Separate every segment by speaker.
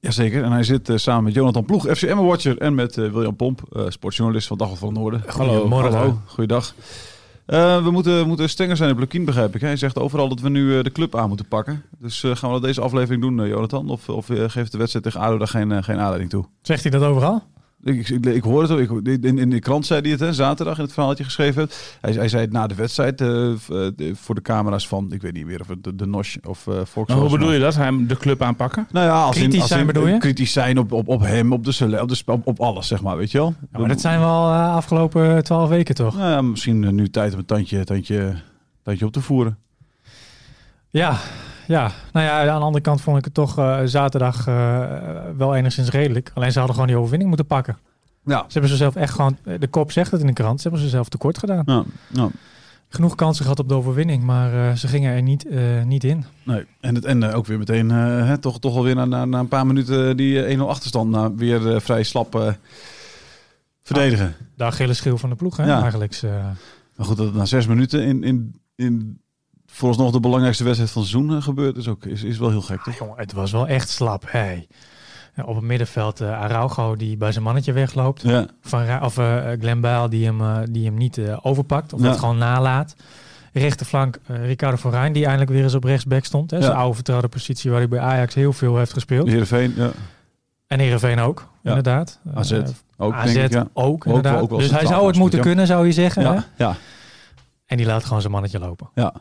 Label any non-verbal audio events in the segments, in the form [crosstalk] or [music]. Speaker 1: Jazeker, en hij zit eh, samen met Jonathan Ploeg, FCM-watcher, en met eh, William Pomp, eh, sportjournalist van Dagblad van het Noorden.
Speaker 2: Goedemorgen.
Speaker 1: Hallo. Goeiedag. Eh, we moeten, moeten strenger zijn in Blokien, begrijp ik. Hij zegt overal dat we nu eh, de club aan moeten pakken. Dus eh, gaan we dat deze aflevering doen, eh, Jonathan? Of, of eh, geeft de wedstrijd tegen ADO daar geen, eh, geen aanleiding toe?
Speaker 2: Zegt hij dat overal?
Speaker 1: Ik, ik, ik, ik hoor het ook. Ik, in, in de krant zei hij het, hè, zaterdag, in het verhaal dat je geschreven hebt. Hij, hij zei het na de wedstrijd eh, v- eh, de- voor de camera's van, ik weet niet meer of het de, de NOS of eh Fox
Speaker 2: hoe
Speaker 1: was,
Speaker 2: bedoel
Speaker 1: maar-
Speaker 2: je
Speaker 3: nou.
Speaker 2: dat? Hem de club aanpakken?
Speaker 1: Nou ja, als in-
Speaker 2: Kritisch
Speaker 1: als in,
Speaker 2: zijn bedoel je?
Speaker 1: Kritisch zijn op, op, op hem, op de, cele- op, de, sp- op, op alles, zeg maar, weet je wel?
Speaker 2: maar dat zijn we al eh, afgelopen twaalf weken toch?
Speaker 1: Nou ja, misschien eh, nu tijd om een tandje, tandje, tandje op te voeren.
Speaker 2: Ja, ja. Nou ja, aan de andere kant vond ik het toch eh, zaterdag eh, wel enigszins redelijk. Alleen ze hadden gewoon die overwinning moeten pakken.
Speaker 1: Ja.
Speaker 2: Ze hebben zichzelf echt gewoon, eh, de kop zegt het in de krant, ze hebben zichzelf tekort gedaan.
Speaker 1: Ja, ja,
Speaker 2: Genoeg kansen gehad op de overwinning, maar eh, ze gingen er niet, eh, niet in.
Speaker 1: nee. En, het, en eh, ook weer meteen, eh, hè, toch, toch alweer na, na, na een paar minuten eh, die eh, 1-0 achterstand nou, weer eh, vrij slap eh, verdedigen.
Speaker 2: De Achillesschil van de ploeg, hè,
Speaker 1: Ja.
Speaker 2: eigenlijk. Ze-
Speaker 1: Maar goed, dat het na zes minuten in, in, in vooralsnog de belangrijkste wedstrijd van het seizoen eh, gebeurt, is, ook, is, is wel heel gek,
Speaker 2: Ah,
Speaker 1: toch?
Speaker 2: jongen, het was wel echt slap. Hey. Ja, op het middenveld eh Araujo die bij zijn mannetje wegloopt.
Speaker 1: Ja,
Speaker 2: Van Ra- of eh Glenn Bijl die hem, eh, die hem niet eh, overpakt. Of
Speaker 1: Ja.
Speaker 2: dat gewoon nalaat. Rechterflank eh, Ricardo Forijn die eindelijk weer eens op rechtsback stond. Hè, Zijn
Speaker 1: Ja.
Speaker 2: oude vertrouwde positie waar hij bij Ajax heel veel heeft gespeeld.
Speaker 1: Heerenveen, ja.
Speaker 2: En Heerenveen ook,
Speaker 1: Ja.
Speaker 2: inderdaad.
Speaker 1: AZ.
Speaker 2: Eh,
Speaker 1: Ook,
Speaker 2: AZ
Speaker 1: denk ik, ja.
Speaker 2: ook, inderdaad.
Speaker 1: ook wel
Speaker 2: dus hij
Speaker 1: centraal
Speaker 2: zou het moeten
Speaker 1: ja.
Speaker 2: kunnen, zou je zeggen. Hè?
Speaker 1: Ja, ja,
Speaker 2: En die laat gewoon zijn mannetje lopen.
Speaker 1: ja.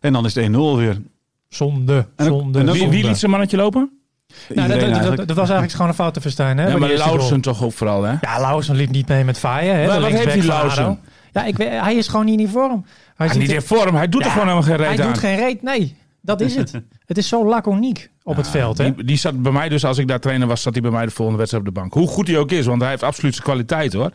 Speaker 1: En dan is het 1-0
Speaker 2: Nou,
Speaker 1: weer.
Speaker 2: Zonde,
Speaker 1: En ook-
Speaker 2: zonde,
Speaker 1: en ook-
Speaker 2: zonde.
Speaker 3: Wie, wie liet zijn mannetje lopen?
Speaker 2: Nou, dat, dat, dat,
Speaker 1: eigenlijk.
Speaker 2: dat was eigenlijk gewoon een fout te verstaan. Hè, bij
Speaker 3: Ja, maar
Speaker 2: die eerste goal.
Speaker 3: Lauwersen toch ook vooral, hè?
Speaker 2: Ja, Lauwersen liep niet mee met Faaien. Hè,
Speaker 3: Maar
Speaker 2: de
Speaker 3: wat heeft
Speaker 2: linksback
Speaker 3: die
Speaker 2: van
Speaker 3: Lauwersen?
Speaker 2: ADO. Ja, ik weet, hij is gewoon niet in vorm. Hij,
Speaker 3: Hij
Speaker 2: ziet
Speaker 3: is niet
Speaker 2: er-
Speaker 3: in vorm. Hij doet
Speaker 2: Ja,
Speaker 3: er gewoon helemaal geen reet
Speaker 2: hij
Speaker 3: aan.
Speaker 2: doet geen reet. Nee, dat
Speaker 1: [laughs]
Speaker 2: is het. het is zo laconiek op het veld. Hè?
Speaker 3: Die, die zat bij mij dus, als ik daar trainer was, zat hij bij mij de volgende wedstrijd op de bank. Hoe goed hij ook is, want hij heeft absoluut zijn kwaliteit, hoor.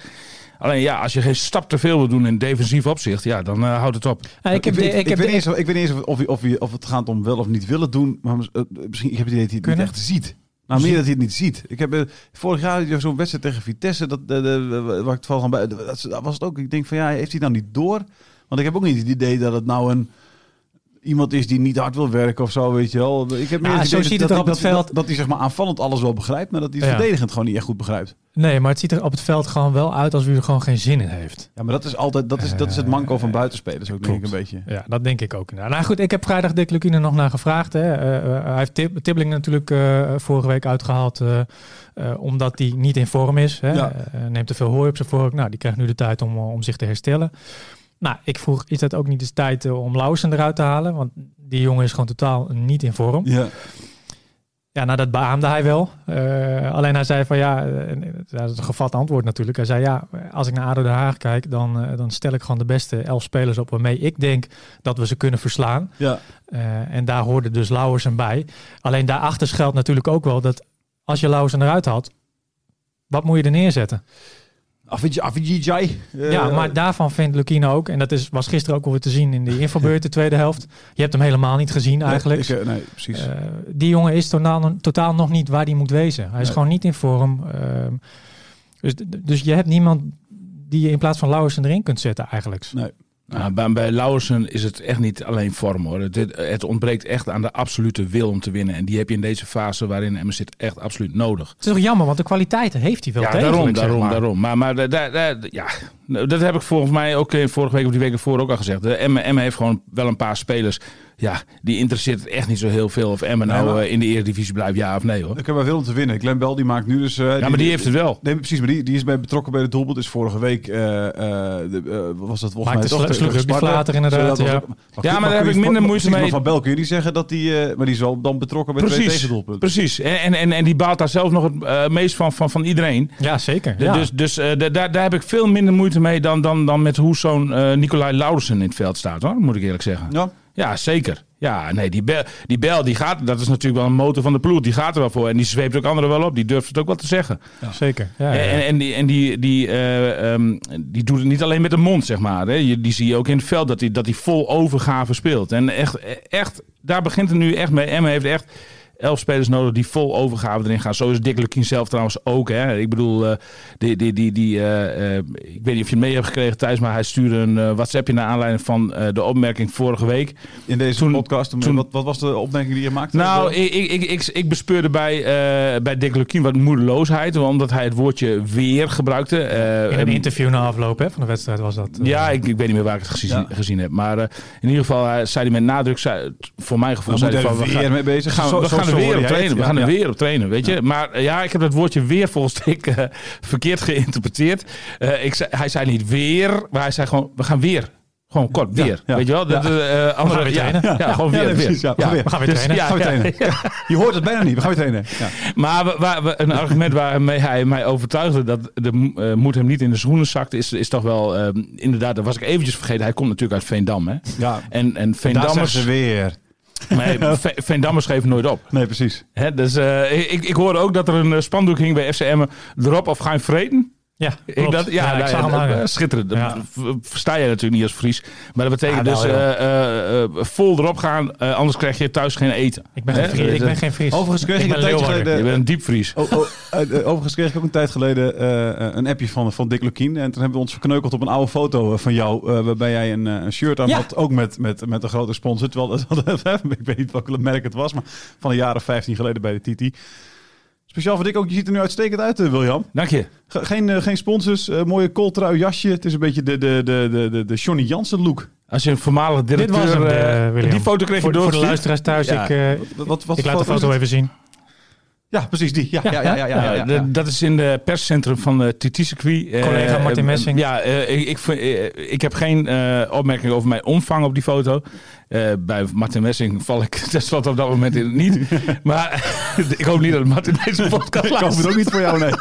Speaker 3: Alleen ja, als je geen stap te veel wil doen in defensief opzicht, ja, dan eh, houdt het op.
Speaker 2: Ja, ik heb de- ik
Speaker 1: weet
Speaker 2: heb de-
Speaker 1: niet eens, of- ik weet niet eens of, of, of, of het gaat om wel of niet willen doen. Maar mis- eh, misschien ik heb je dat hij het niet
Speaker 2: Kunnen.
Speaker 1: echt ziet. Nou, meer dat hij het niet ziet. Ik heb eh, vorig jaar had je zo'n wedstrijd tegen Vitesse. Dat, eh, eh, waar ik het van bij. Dat, dat was het ook. Ik denk van ja, heeft hij dan niet door? Want ik heb ook niet het idee dat het nou een. Iemand is die niet hard wil werken of zo, weet je wel. Ik heb meer
Speaker 2: Ja,
Speaker 1: het
Speaker 2: zo
Speaker 1: idee
Speaker 2: ziet het er
Speaker 1: hij-
Speaker 2: op het
Speaker 1: dat-
Speaker 2: veld.
Speaker 1: Dat, dat hij zeg maar aanvallend alles wel begrijpt, maar dat hij het
Speaker 2: Ja.
Speaker 1: verdedigend gewoon niet echt goed begrijpt.
Speaker 2: Nee, maar het ziet er op het veld gewoon wel uit als wie er gewoon geen zin in heeft.
Speaker 1: Ja, maar dat is altijd dat is, dat is het manco van buitenspelers ook, denk ik een beetje.
Speaker 2: Ja, dat denk ik ook. Nou, nou goed, ik heb vrijdag Dick Lukien er nog naar gevraagd. Hè. Eh, eh, hij heeft Tib- Tibbling natuurlijk eh, vorige week uitgehaald. eh, eh, omdat hij niet in vorm is. Hè.
Speaker 1: Ja.
Speaker 2: Eh, neemt te veel hooi op zijn vork. Nou, die krijgt nu de tijd om, eh, om zich te herstellen. Nou, ik vroeg, is dat ook niet eens tijd eh, om Lausen eruit te halen? Want die jongen is gewoon totaal niet in vorm.
Speaker 1: Ja.
Speaker 2: Ja, nou dat beaamde hij wel. Eh, alleen hij zei van ja, eh, dat is een gevat antwoord natuurlijk. Hij zei ja, als ik naar ADO Den Haag kijk, dan, eh, dan stel ik gewoon de beste elf spelers op waarmee ik denk dat we ze kunnen verslaan.
Speaker 1: ja.
Speaker 2: Eh, en daar hoorde dus Lauwersen bij. Alleen daarachter schuilt natuurlijk ook wel dat als je Lauwersen eruit had, wat moet je er neerzetten?
Speaker 1: Avicii, Avicii. Eh,
Speaker 2: ja, maar daarvan vindt Lukino ook, en dat is, was gisteren ook alweer te
Speaker 1: [laughs]
Speaker 2: zien in de infobeurt, de tweede helft. Je hebt hem helemaal niet gezien
Speaker 1: nee,
Speaker 2: eigenlijk.
Speaker 1: ik, eh, nee, precies.
Speaker 2: Eh, die jongen is totaal, totaal nog niet waar hij moet wezen. Hij is
Speaker 1: Nee.
Speaker 2: gewoon niet in vorm. Ehm, dus, dus je hebt niemand die je in plaats van Lauwersen erin kunt zetten eigenlijk.
Speaker 1: nee.
Speaker 3: Nou, bij, bij Lauwersen is het echt niet alleen vorm hoor. Het, het ontbreekt echt aan de absolute wil om te winnen. En die heb je in deze fase waarin Emmen zit echt absoluut nodig.
Speaker 2: Het is toch jammer, want de kwaliteiten heeft hij wel
Speaker 3: ja,
Speaker 2: degelijk,
Speaker 3: daarom,
Speaker 2: zeg
Speaker 3: daarom,
Speaker 2: maar.
Speaker 3: daarom. Maar, maar da- da- da- ja, nou, dat heb ik volgens mij ook eh, vorige week of die week ervoor ook al gezegd. De Emmen Emmen heeft gewoon wel een paar spelers. Ja, die interesseert het echt niet zo heel veel of Emmen
Speaker 1: Nee,
Speaker 3: nou
Speaker 1: maar-
Speaker 3: eh, in de Eredivisie blijft, ja of nee hoor.
Speaker 1: Ik heb maar veel om te winnen. Glenn Bell die maakt nu dus... eh,
Speaker 3: Ja, maar die heeft het wel.
Speaker 1: Nee, precies. Maar die, die is bij betrokken bij de doelpunt. Is vorige week... eh, eh, de, eh, was dat volgens
Speaker 2: Maakte
Speaker 1: mij
Speaker 2: slu-
Speaker 1: toch...
Speaker 2: sluk-
Speaker 1: tegen
Speaker 2: rugbyflater
Speaker 1: Sparta.
Speaker 2: inderdaad,
Speaker 1: Zo, dat was
Speaker 2: ja.
Speaker 1: ook-
Speaker 3: Ja,
Speaker 1: kun-
Speaker 3: maar daar
Speaker 1: kun
Speaker 3: heb
Speaker 1: je
Speaker 3: ik
Speaker 1: Spa-
Speaker 3: minder moeite
Speaker 1: precies, maar
Speaker 3: mee.
Speaker 1: Van Bel kun je niet zeggen dat die... eh, maar die is wel dan betrokken bij twee
Speaker 3: Precies,
Speaker 1: tegendoelpunten.
Speaker 3: precies. En, en, en, en die baalt daar zelf nog het eh, meest van, van, van iedereen.
Speaker 2: Ja, zeker.
Speaker 3: De-
Speaker 2: ja.
Speaker 3: Dus, dus eh, da- daar, daar heb ik veel minder moeite mee dan, dan, dan met hoe zo'n eh, Nicolai Laudersen in het veld staat, hoor, moet ik eerlijk zeggen.
Speaker 1: Ja.
Speaker 3: Ja, zeker. Ja, nee, die bel, die bel die gaat, dat is natuurlijk wel een motor van de ploeg. Die gaat er wel voor en die zweept ook anderen wel op. Die durft het ook wel te zeggen.
Speaker 2: zeker. Ja, ja, ja.
Speaker 3: En, en, die, en die, die, eh, ehm, die doet het niet alleen met de mond, zeg maar. Hè. Je- Die zie je ook in het veld, dat hij dat die vol overgave speelt. En echt, echt, daar begint het nu echt mee. Emma heeft echt elf spelers nodig die vol overgave erin gaan. Zo is Dick Lukien zelf trouwens ook. Hè. Ik bedoel, eh, die, die, die, die, eh, eh, ik weet niet of je het mee hebt gekregen thuis, maar hij stuurde een eh, WhatsAppje naar aanleiding van eh, de opmerking vorige week.
Speaker 1: In deze
Speaker 3: Toen-
Speaker 1: podcast. Maar
Speaker 3: toen-
Speaker 1: wat, wat was de opmerking die je maakte?
Speaker 3: Nou,
Speaker 1: ik,
Speaker 3: ik, ik, ik, ik, ik bespeurde bij, eh, bij Dick Lukien wat moedeloosheid, omdat hij het woordje weer gebruikte. Eh,
Speaker 2: in een
Speaker 3: ehm,
Speaker 2: interview na afloop hè, van de wedstrijd was dat. eh,
Speaker 3: Ja, ik, ik weet niet meer waar ik het gezien,
Speaker 1: Ja.
Speaker 3: gezien heb. Maar eh, in ieder geval eh, zei hij met nadruk, zei, voor mijn gevoel,
Speaker 1: we
Speaker 3: zei hij van...
Speaker 1: er
Speaker 3: We
Speaker 1: weer
Speaker 3: gaan,
Speaker 1: mee bezig.
Speaker 3: Nou, gaan,
Speaker 1: Zo-
Speaker 3: we
Speaker 1: zo-
Speaker 3: gaan
Speaker 1: zo
Speaker 3: er weer
Speaker 1: hoor
Speaker 3: op
Speaker 1: jij het.
Speaker 3: trainen, we
Speaker 1: Ja.
Speaker 3: gaan er
Speaker 1: Ja.
Speaker 3: weer op trainen, weet je. Maar eh, ja, ik heb dat woordje weer volgens Dick eh, verkeerd geïnterpreteerd. Eh, ik zei, hij zei niet weer, maar hij zei gewoon, we gaan weer. Gewoon kort, weer.
Speaker 1: ja.
Speaker 3: Weet je wel? Dat, eh, eh, andere,
Speaker 2: weer
Speaker 3: ja,
Speaker 2: trainen.
Speaker 3: ja, gewoon
Speaker 1: Ja,
Speaker 3: weer.
Speaker 1: nee,
Speaker 3: weer.
Speaker 1: precies, ja, we gaan weer.
Speaker 2: We gaan weer trainen.
Speaker 3: ja,
Speaker 1: Gaan we
Speaker 3: ja,
Speaker 1: trainen. [laughs] Je hoort het bijna niet. We gaan weer trainen. Ja.
Speaker 3: Maar wa- wa- wa- een argument waarmee hij mij overtuigde dat de mo- eh, moed hem niet in de schoenen zakt, is, is toch wel ehm, inderdaad, dat was ik eventjes vergeten. Hij komt natuurlijk uit Veendam. Hè?
Speaker 1: Ja.
Speaker 3: En, en
Speaker 1: Daar zeggen
Speaker 3: Veendammers,
Speaker 1: ze weer.
Speaker 2: [laughs]
Speaker 3: nee, Ve- Veendammers geven nooit op.
Speaker 1: Nee, precies.
Speaker 3: Hè? Dus, eh, ik, ik hoorde ook dat er een eh, spandoek hing bij FCM. Drop of ga je vreten?
Speaker 2: ja,
Speaker 3: Ik
Speaker 2: klopt.
Speaker 3: dat, ja, nou
Speaker 2: ik
Speaker 3: ja,
Speaker 2: zag hem
Speaker 3: dat-
Speaker 2: hangen.
Speaker 3: eh, schitterend. Dat
Speaker 2: Ja.
Speaker 3: v- versta jij natuurlijk niet als Fries. Maar dat betekent
Speaker 2: Ah, wel,
Speaker 3: dus
Speaker 2: joh.
Speaker 3: eh, eh, eh, vol erop gaan, eh, anders krijg je thuis geen eten.
Speaker 2: Ik ben geen
Speaker 3: Hè?
Speaker 2: Fries. Ik
Speaker 3: Eh,
Speaker 2: ben geen Fries.
Speaker 1: Overigens kreeg
Speaker 2: Ik
Speaker 1: ik
Speaker 2: ben
Speaker 1: een tijdje
Speaker 2: Leeuwarden.
Speaker 1: geleden...
Speaker 3: je bent een diepvries.
Speaker 1: Oh, oh, eh, eh, overigens kreeg ik ook een tijd geleden eh, eh, een appje van, van Dick Lukien. En toen hebben we ons verkneukeld op een oude foto eh, van jou. eh, waarbij jij een, eh, een shirt aan
Speaker 2: Ja.
Speaker 1: had. Ook met, met, met een grote sponsor. Terwijl dat, [laughs] ik weet niet welk merk het was. Maar van een jaar of 15 geleden bij de TT. Speciaal voor Dick ook. Je ziet er nu uitstekend uit, eh, William.
Speaker 3: Dank je.
Speaker 1: Ge- geen, eh, geen sponsors. eh, mooie kooltrui jasje. Het is een beetje de, de, de, de, de, de Johnny Jansen look.
Speaker 3: Als je een voormalige
Speaker 2: Dit
Speaker 3: directeur...
Speaker 2: was hem,
Speaker 3: eh,
Speaker 2: eh, William.
Speaker 3: die foto kreeg
Speaker 2: voor,
Speaker 3: je door.
Speaker 2: Voor de luisteraars thuis,
Speaker 3: Ja.
Speaker 2: ik, eh,
Speaker 1: Wat, wat, wat
Speaker 2: ik laat de
Speaker 1: voor is
Speaker 2: foto
Speaker 1: het?
Speaker 2: even zien.
Speaker 1: Ja, precies die. Ja, ja, ja. ja, ja, ja,
Speaker 3: Nou,
Speaker 1: ja.
Speaker 3: d- Dat is in het perscentrum van de TT-circuit.
Speaker 2: Collega Martin Messing.
Speaker 3: ja, eh, ik, ik, vind- eh, ik heb geen eh, opmerking over mijn omvang op die foto. Eh, bij Martin Messing val ik [laughs] tenslotte op dat moment in het niet.
Speaker 1: [laughs]
Speaker 3: maar [laughs] ik hoop niet dat Martin deze podcast
Speaker 1: Ik hoop
Speaker 3: luistert. Ah,
Speaker 1: het ook niet voor
Speaker 2: [laughs]
Speaker 1: jou, nee.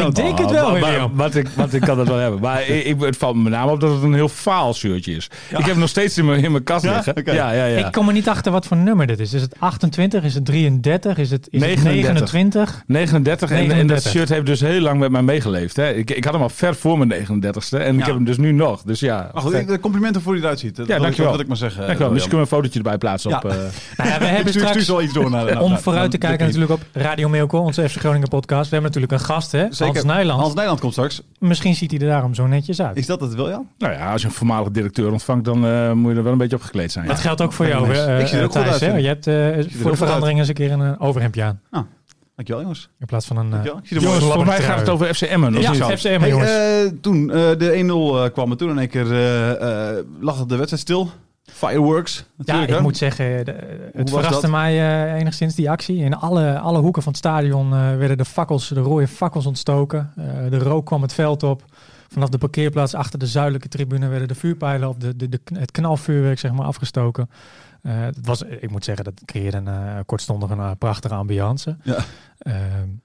Speaker 1: Oh, Ik
Speaker 2: denk het wel,
Speaker 3: Maar-
Speaker 2: William.
Speaker 3: maar- Martin- Martin kan dat wel
Speaker 1: [laughs]
Speaker 3: hebben. Maar ik, ik- het valt me met name op dat het een heel faal shirtje is. Ik heb hem nog steeds in mijn, in mijn kast
Speaker 1: Ja?
Speaker 3: liggen.
Speaker 1: Oké.
Speaker 3: Ja, ja, ja.
Speaker 2: Ik kom er niet achter wat voor nummer dit is. Is het 28? Is het 33? Is het, is
Speaker 3: 39.
Speaker 2: het 29?
Speaker 3: 39 en, en dat
Speaker 2: 39.
Speaker 3: shirt heeft dus heel lang met mij meegeleefd. Hè. Ik, ik had hem al ver voor mijn 39ste en ik heb hem dus nu nog. Dus ja,
Speaker 1: Maar goed,
Speaker 3: Dank
Speaker 1: de complimenten voor hoe hij eruit ziet. Dat
Speaker 3: Ja,
Speaker 1: wil ik-
Speaker 3: dankjewel.
Speaker 1: Dat wil ik maar zeggen.
Speaker 3: je wel.
Speaker 1: William.
Speaker 3: Misschien kunnen we een fotootje erbij plaatsen.
Speaker 1: Ja.
Speaker 3: Op, eh,
Speaker 1: [laughs]
Speaker 2: Nou ja, we
Speaker 1: Ik
Speaker 2: hebben
Speaker 1: stuur,
Speaker 2: straks...
Speaker 1: stuur zo iets door naar naar-
Speaker 2: Om
Speaker 1: naar-
Speaker 2: vooruit te
Speaker 1: naar-
Speaker 2: kijken
Speaker 1: naar-
Speaker 2: natuurlijk op Radio Milko, onze FC Groningen podcast. We hebben natuurlijk een gast, hè?
Speaker 1: Zeker.
Speaker 2: Hans Nijland.
Speaker 1: Hans Nijland komt straks.
Speaker 2: Misschien ziet hij er daarom zo netjes uit.
Speaker 1: Is dat het, William?
Speaker 3: nou ja, als je een voormalige directeur ontvangt, dan eh, moet je er wel een beetje op gekleed zijn. ja.
Speaker 2: Dat geldt ook voor jou,
Speaker 1: nice.
Speaker 2: eh,
Speaker 1: Ik zie er
Speaker 2: eh,
Speaker 1: ook goed
Speaker 2: Thijs,
Speaker 1: uit,
Speaker 2: hè?
Speaker 1: vind ik.
Speaker 2: Je hebt eh,
Speaker 1: er
Speaker 2: voor
Speaker 1: ook
Speaker 2: de
Speaker 1: goed
Speaker 2: verandering eens een keer een eh, overhemdje aan.
Speaker 1: Dankjewel, jongens.
Speaker 2: In plaats van een... eh,
Speaker 1: Dankjewel. Ik zie er wel
Speaker 3: Jongens,
Speaker 1: eens.
Speaker 3: voor mij
Speaker 2: trui.
Speaker 3: gaat het over FCM'en.
Speaker 2: Ja, FCM, jongens.
Speaker 1: Hey, eh, toen eh, de 1-0 eh, kwam en toen in één keer eh, eh, lag de wedstrijd stil. Fireworks,
Speaker 2: Ja,
Speaker 1: natuurlijk.
Speaker 2: ik
Speaker 1: hè?
Speaker 2: moet zeggen, eh, de- het
Speaker 1: was
Speaker 2: verraste
Speaker 1: dat?
Speaker 2: mij eh, enigszins die actie. In alle, alle hoeken van het stadion eh, werden de fakkels, de rode fakkels ontstoken. Eh, de rook kwam het veld op. Vanaf de parkeerplaats achter de zuidelijke tribune werden de vuurpijlen op de, de, de, het knalvuurwerk zeg maar, afgestoken. Eh, het was, ik moet zeggen, dat creëerde een eh, kortstondig een eh, prachtige ambiance.
Speaker 1: Ja.
Speaker 2: Eh,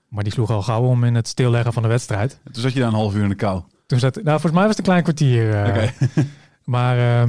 Speaker 2: maar die sloeg al gauw om in het stilleggen van de wedstrijd.
Speaker 1: En Toen zat je daar een half uur in de kou.
Speaker 2: Toen zat, nou, volgens mij was het een klein kwartier. eh.
Speaker 1: Oké.
Speaker 2: [laughs] Maar eh,